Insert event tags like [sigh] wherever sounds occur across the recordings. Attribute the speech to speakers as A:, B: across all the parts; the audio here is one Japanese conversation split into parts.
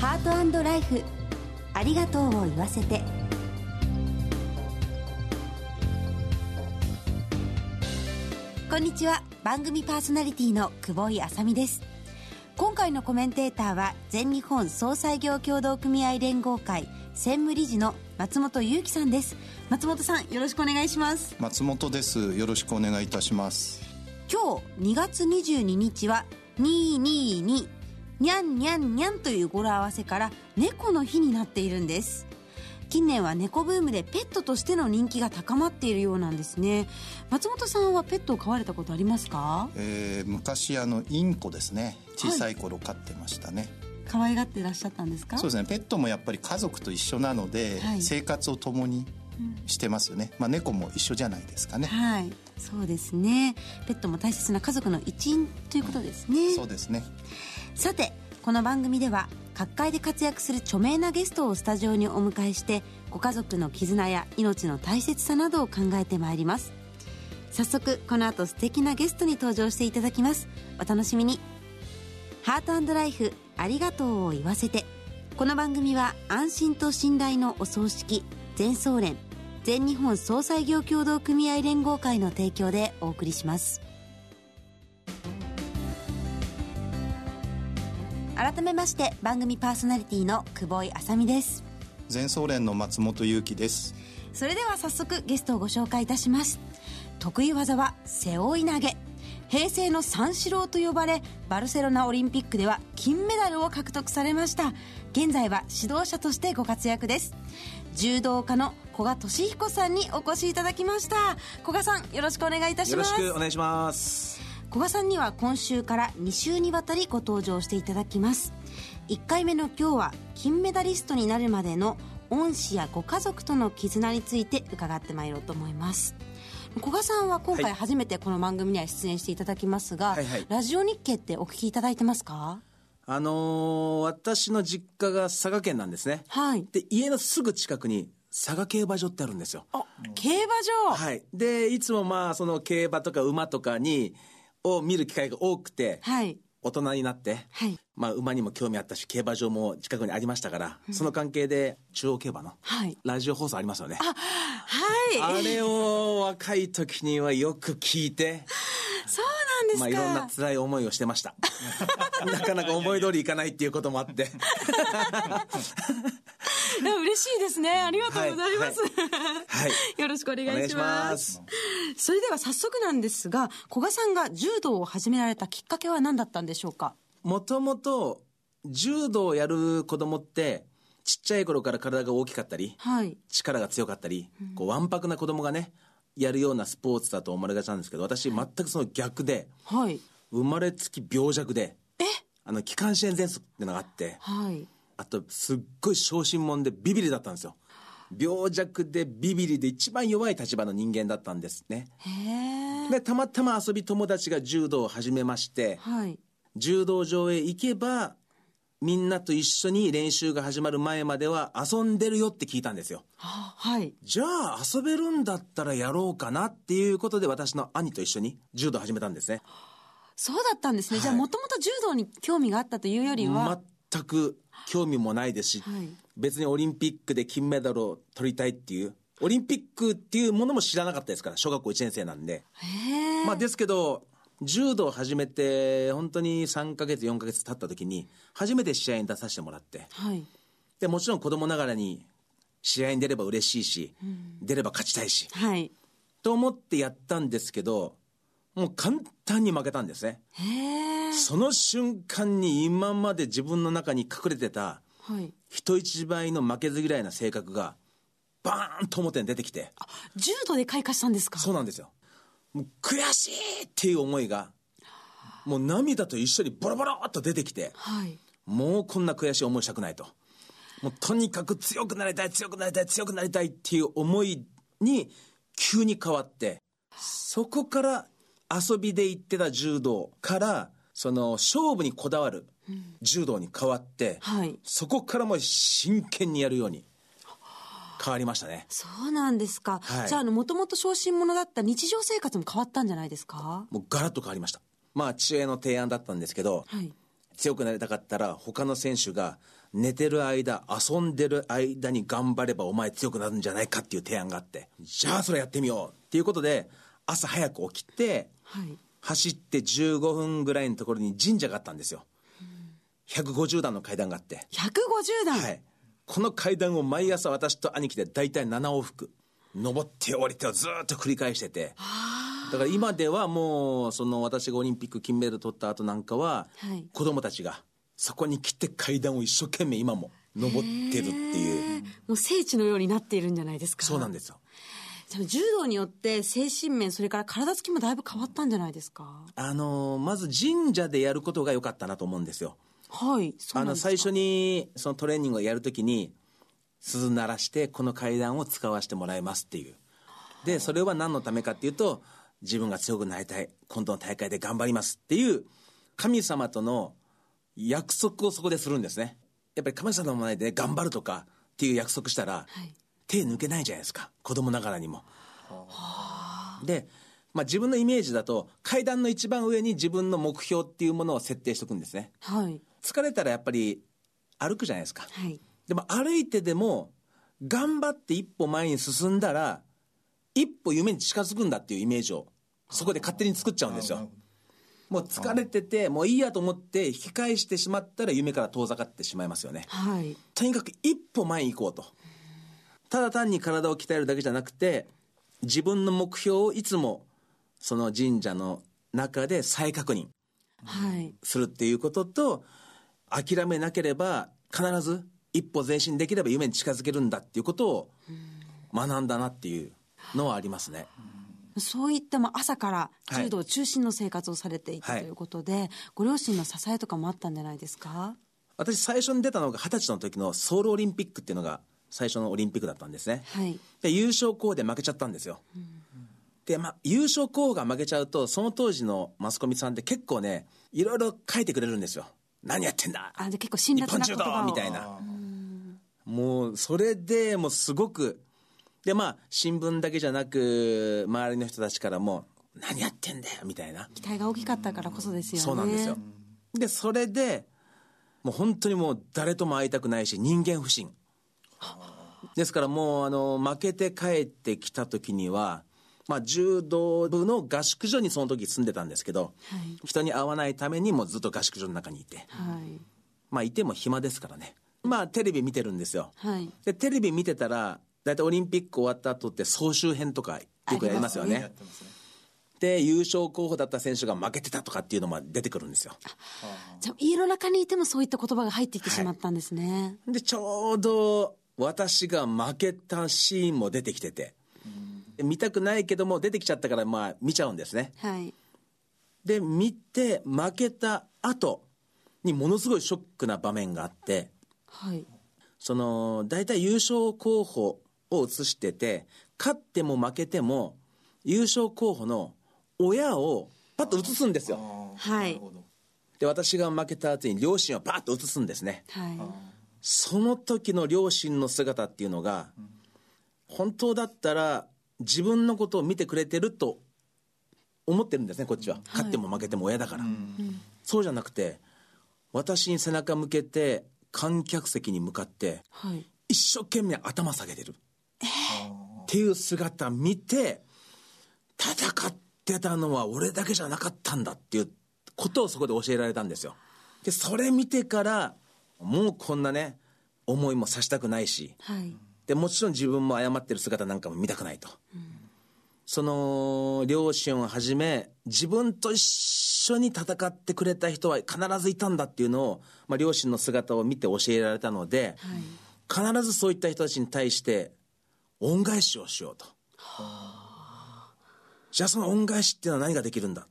A: ハートライフありがとうを言わせてこんにちは番組パーソナリティの久保井あさみです今回のコメンテーターは全日本総裁業協同組合連合会専務理事の松本裕樹さんです松本さんよろしくお願いします
B: 松本ですよろしくお願いいたします
A: 今日2月22日は222にゃんにゃんにゃんという語呂合わせから猫の日になっているんです近年は猫ブームでペットとしての人気が高まっているようなんですね松本さんはペットを飼われたことありますか
B: えー、昔あのインコですね小さい頃飼ってましたね、
A: 可愛がってらっしゃったんですか
B: そうですねペットもやっぱり家族と一緒なので、
A: はい
B: 生活を共にしてますよね、まあ、猫も一緒じゃないですかね、
A: はいそうですねペットも大切な家族の一員ということですね
B: そうですね
A: さてこの番組では各界で活躍する著名なゲストをスタジオにお迎えしてご家族の絆や命の大切さなどを考えてまいります早速この後素敵なゲストに登場していただきますお楽しみに「ハートライフありがとうを言わせて」この番組は安心と信頼のお葬式全総連全日本総裁業協同組合連合会の提供でお送りします改めまして番組パーソナリティの久保井あさみです
B: 前総連の松本裕樹です
A: それでは早速ゲストをご紹介いたします得意技は背負い投げ平成の三四郎と呼ばれバルセロナオリンピックでは金メダルを獲得されました現在は指導者としてご活躍です柔道家の古賀俊彦さんにお越しいただきました古賀さんよろしくお願いいたし
C: よ
A: ま
C: ろ
A: す
C: しくお願いします
A: 古賀さんには今週から2週にわたりご登場していただきます1回目の今日は金メダリストになるまでの恩師やご家族との絆について伺ってまいろうと思います古賀さんは今
C: は
A: 回
C: い
A: 初めてこの番組には出演していただきますが、
C: はいはい
A: ラジオ日経ってお聞きいただいてますか
C: あのー私の実家が佐賀県なんですね
A: はい
C: で家のすぐ近くに佐賀競馬場ってあるんですよ
A: あ競馬場、
C: はいでいつもまあその競馬とか馬とかにを見る機会が多くて、
A: はい
C: 大人になって、
A: はい
C: まあ、馬にも興味あったし競馬場も近くにありましたから、その関係で中央競馬の
A: はい
C: ラジオ放送ありますよね
A: はい
C: あれを若い時にはよく聞い
A: [laughs]
C: て
A: そうな
C: まあ、
A: ん
C: い
A: ですか、
C: ろんな辛い思いをしてま
A: [laughs]
C: した。なかなか思い通りいかないっていうこともあって。
A: いや [laughs] 嬉しいですねありがとうございます、
C: はい
A: よろしくお願い
C: お願い
A: し
C: し
A: ま
C: ますす。
A: それでは早速なんですが古賀さんが柔道を始められたきっかけは何だったんでしょうか
C: もともと、柔道をやる子供って、ちっちゃい頃から体が大きかったり、
A: はい
C: 力が強かったり、こう、わんぱくな子供がね、やるようなスポーツだと思われがちなんですけど、私全くその逆で、
A: はい
C: 生まれつき病弱で、あの、気管支炎喘息ってのがあって、
A: はい
C: あと、すっごい小心者でビビリだったんですよ。病弱でビビリで一番弱い立場の人間だったんですね。
A: へえ
C: で、たまたま遊び友達が柔道を始めまして、
A: はい
C: 柔道場へ行けば、みんなと一緒に練習が始まる前までは遊んでるよって聞いたんですよ。
A: あはい
C: じゃあ遊べるんだったらやろうかなっていうことで私の兄と一緒に柔道を始めたんですね。
A: そうだったんですね、じゃあもともと柔道に興味があったというよりは、
C: 全く興味もないですし、
A: はい
C: 別にオリンピックで金メダルを取りたいっていう、オリンピックっていうものも知らなかったですから、小学校1年生なんで。
A: へえ、
C: まあですけど、柔道を始めて、本当に3ヶ月、4ヶ月経った時に、初めて試合に出させてもらって、
A: はい
C: で、もちろん子供ながらに、試合に出れば嬉しいし、出れば勝ちたいし、
A: はい
C: と思ってやったんですけど、もう簡単に負けたんですね。
A: へえ
C: その瞬間に今まで自分の中に隠れてた、
A: はい
C: 人一倍の負けず嫌いな性格が、バーンと表に出てきて、
A: あ柔道で開花したんですか
C: そうなんですよ。もう悔しいっていう思いが、もう涙と一緒にボロボロっと出てきて、
A: はい
C: もうこんな悔しい思いしたくないと。もうとにかく強くなりたい、強くなりたい、強くなりたいっていう思いに急に変わって、そこから遊びで行ってた柔道から、その勝負にこだわる柔道に変わって、
A: はい
C: そこからもう真剣にやるように変わりましたね。
A: そうなんですか、
C: はい
A: じゃあもともと小心者だった日常生活も変わったんじゃないですか
C: もうガラッと変わりました。まあ、知恵の提案だったんですけど、
A: はい
C: 強くなりたかったら他の選手が寝てる間遊んでる間に頑張ればお前強くなるんじゃないかっていう提案があってじゃあそれやってみようっていうことで朝早く起きて
A: はい
C: 走って15分ぐらいのところに神社があったんですよ150段の階段があって
A: 150段、
C: はい、この階段を毎朝私と兄貴で大体7往復登って降りてをずーっと繰り返しててだから今ではもうその私がオリンピック金メダル取った後なんかは、
A: はい
C: 子供たちがそこに来て階段を一生懸命今も登ってる
A: へ
C: ってい
A: え
C: う
A: もう聖地のようになっているんじゃないですか
C: そうなん
A: で
C: ですよ
A: も柔道によって精神面それから体つきもだいぶ変わったんじゃないですか
C: あのーまず神社でやることが良かったなと思うんですよ
A: はいそうな
C: あ
A: ん
C: の
A: ですか
C: 最初にそのトレーニングをやるときに鈴鳴らしてこの階段を使わせてもらいますっていうでそれは何のためかっていうと自分が強くなりたい今度の大会で頑張りますっていう神様との約束をそこでするんですねやっぱり神様の前でね頑張るとかっていう約束したら、
A: はい
C: 手抜けないじゃないですか子供ながらにもで、まあ、自分のイメージだと階段の一番上に自分の目標っていうものを設定しておくんですね
A: はい
C: 疲れたらやっぱり歩くじゃないですか、
A: はい
C: でも歩いてでも頑張って一歩前に進んだら一歩夢に近づくんだっていうイメージをそこで勝手に作っちゃうんです
B: なる
C: よ
B: ほど
C: もう疲れててもういいやと思って引き返してしまったら夢から遠ざかってしまいますよね
A: はい
C: とにかく一歩前に行こうとただ単に体を鍛えるだけじゃなくて自分の目標をいつもその神社の中で再確認
A: はい
C: するっていうことと諦めなければ必ず一歩前進できれば夢に近づけるんだっていうことを学んだなっていうのはありますね
A: そういったまあ朝から
C: はい
A: 柔道中心の生活をされていた
C: はい
A: ということで、ご両親の支えとかもあったんじゃないですか
C: 私最初に出たのが二十歳の時のソウルオリンピックっていうのが最初のオリンピックだったんですね
A: はい
C: で優勝校で負けちゃったんですよで、まあ、優勝校が負けちゃうとその当時のマスコミさんって結構ねいろいろ書いてくれるんですよ何やってんだ
A: あで結構辛
C: 日
A: 辣
C: 本
A: な
C: 柔
A: 言
C: 道
A: 葉を
C: みたい
A: な
C: なもうそれでもうすごくでまあ新聞だけじゃなく周りの人たちからも「何やってんだよ」みたいな
A: 期待が大きかったからこそですよね
C: そうなんですよでそれでもう本当にもう誰とも会いたくないし人間不信ですからもうあの負けて帰ってきた時には、まあ、柔道部の合宿所にその時住んでたんですけど
A: はい
C: 人に会わないためにもうずっと合宿所の中にいて
A: はい
C: まあいても暇ですからねまあテレビ見てるんですよ
A: はい
C: でテレビ見てたら大体オリンピック終わった後って総集編とかよくやりますよね
B: やってますね
C: で優勝候補だった選手が負けてたとかっていうのも出てくるんですよ
A: じゃあ家の中にいてもそういった言葉が入ってきてしまったんですね、
C: でちょうど私が負けたシーンも出てきててで見たくないけども出てきちゃったからまあ見ちゃうんですね
A: はい
C: で見て負けた後にものすごいショックな場面があって
A: はい
C: その大体優勝候補を映してて勝っても負けても優勝候補の親をパッと映すんですよ
B: あー
A: はい
B: なるほど
C: で私が負けた後に両親をパッと映すんですね
A: はい
C: その時の両親の姿っていうのが本当だったら自分のことを見てくれてると思ってるんですねこっちは勝っても負けても親だから、そうじゃなくて私に背中向けて観客席に向かって
A: はい
C: 一生懸命頭下げてる、っていう姿見て戦ってたのは俺だけじゃなかったんだっていうことをそこで教えられたんですよでそれ見てからもうこんなね思いもさしたくないし
A: はい
C: でもちろん自分も謝ってる姿なんかも見たくないと、その両親をはじめ自分と一緒に戦ってくれた人は必ずいたんだっていうのを、まあ、両親の姿を見て教えられたので、必ずそういった人たちに対して恩返しをしようとじゃあその恩返しっていうのは何ができるんだ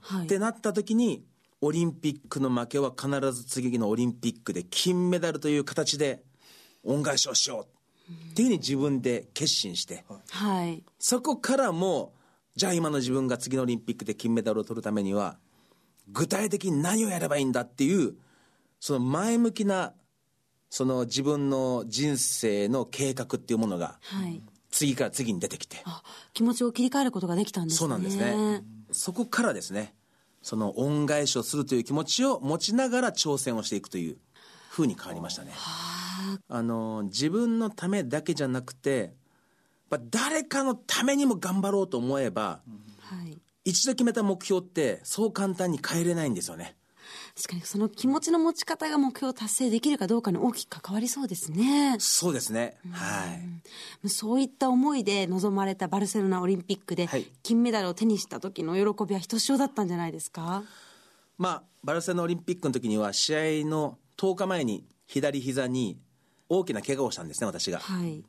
A: はい
C: ってなった時にオリンピックの負けは必ず次のオリンピックで金メダルという形で恩返しをしようっていうふうに自分で決心して
A: はい
C: そこからもうじゃあ今の自分が次のオリンピックで金メダルを取るためには具体的に何をやればいいんだっていうその前向きなその自分の人生の計画っていうものが
A: はい
C: 次から次に出てきて
A: あ気持ちを切り替えることができたんですね
C: そうなんですねそこからですねその恩返しをするという気持ちを持ちながら挑戦をしていくというふ風に変わりましたね。あの自分のためだけじゃなくて、まあ、誰かのためにも頑張ろうと思えば、
A: はい、
C: 一度決めた目標ってそう簡単に変えれないんですよね。
A: 確かにその気持ちの持ち方が目標を達成できるかどうかに大きく関わりそうですね
C: そうですね。はい。
A: そういった思いで臨まれたバルセロナオリンピックで
C: はい
A: 金メダルを手にした時の喜びはひとしおだったんじゃないですか
C: まあ、バルセロナオリンピックの時には試合の10日前に左膝に大きな怪我をしたんですね私が
A: はい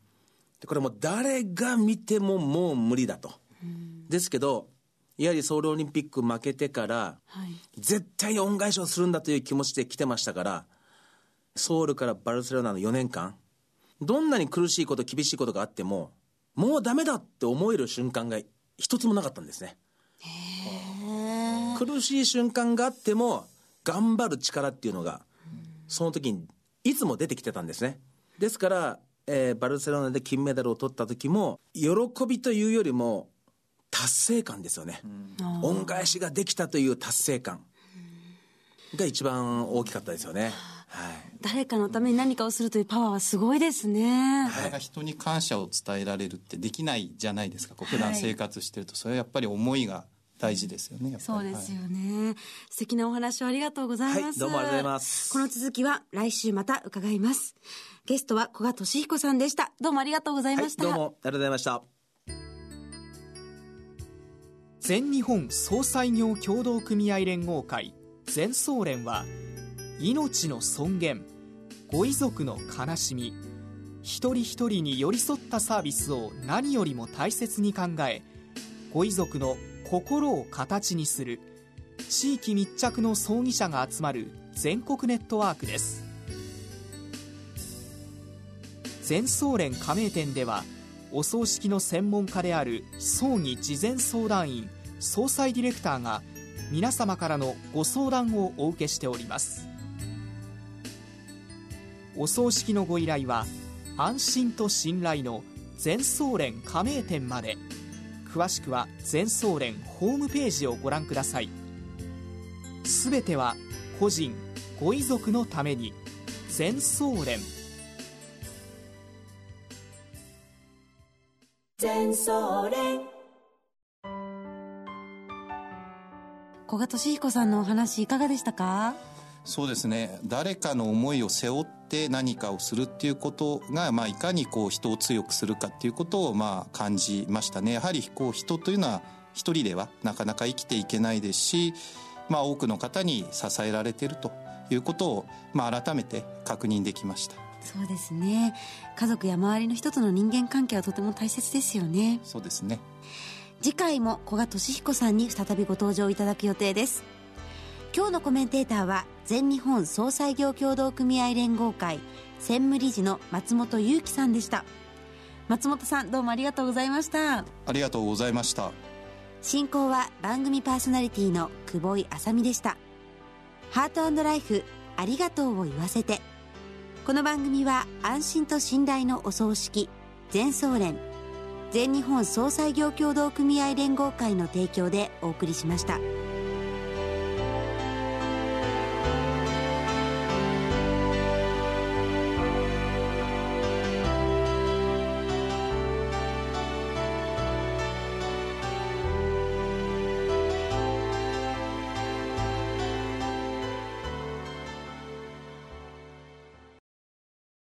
C: でこれもう誰が見てももう無理だとですけどやはりソウルオリンピック負けてから
A: はい
C: 絶対に恩返しをするんだという気持ちで来てましたからソウルからバルセロナの4年間どんなに苦しいこと厳しいことがあってももうダメだって思える瞬間が一つもなかったんですね苦しい瞬間があっても頑張る力っていうのがその時にいつも出てきてたんですねですから、えーバルセロナで金メダルを取った時も喜びというよりも達成感ですよね、恩返しができたという達成感が一番大きかったですよね、はい、
A: 誰かのために何かをするというパワーはすごいですね
B: なかなか人に感謝を伝えられるってできないじゃないですかこう普段生活してると、それはやっぱり思いが大事ですよねやっぱり
A: そうで
B: はい
A: すよね、素敵なお話をありがとうございます、
C: はいどうもありがとうございます
A: この続きは来週また伺いますゲストは古賀俊彦さんでしたどうもありがとうござい
C: は
A: ま
C: い、
A: した、
C: どうもありがとうございました
D: 全日本総裁業協同組合連合会全総連は命の尊厳ご遺族の悲しみ一人一人に寄り添ったサービスを何よりも大切に考えご遺族の心を形にする地域密着の葬儀社が集まる全国ネットワークです全総連加盟店ではお葬式の専門家である葬儀事前相談員総裁ディレクターが皆様からのご相談をお受けしておりますお葬式のご依頼は安心と信頼の全総連加盟店まで詳しくは全総連ホームページをご覧くださいすべては個人ご遺族のために全総連
A: 古賀俊彦さんのお話いかがでしたか
B: そうですね誰かの思いを背負って何かをするっていうことが、まあ、いかにこう人を強くするかっていうことをまあ感じましたねやはりこう人というのは一人ではなかなか生きていけないですし、まあ、多くの方に支えられているということを、まあ、改めて確認できました
A: そうですね家族や周りの人との人間関係はとても大切ですよね
B: そうですね
A: 次回も古賀俊彦さんに再びご登場いただく予定です今日のコメンテーターは全日本総裁業協同組合連合会専務理事の松本裕樹さんでした松本さんどうもありがとうございました
B: ありがとうございました
A: 進行は番組パーソナリティの久保井麻美でしたハートライフありがとうを言わせてこの番組は安心と信頼のお葬式全総連全日本総裁業協同組合連合会の提供でお送りしました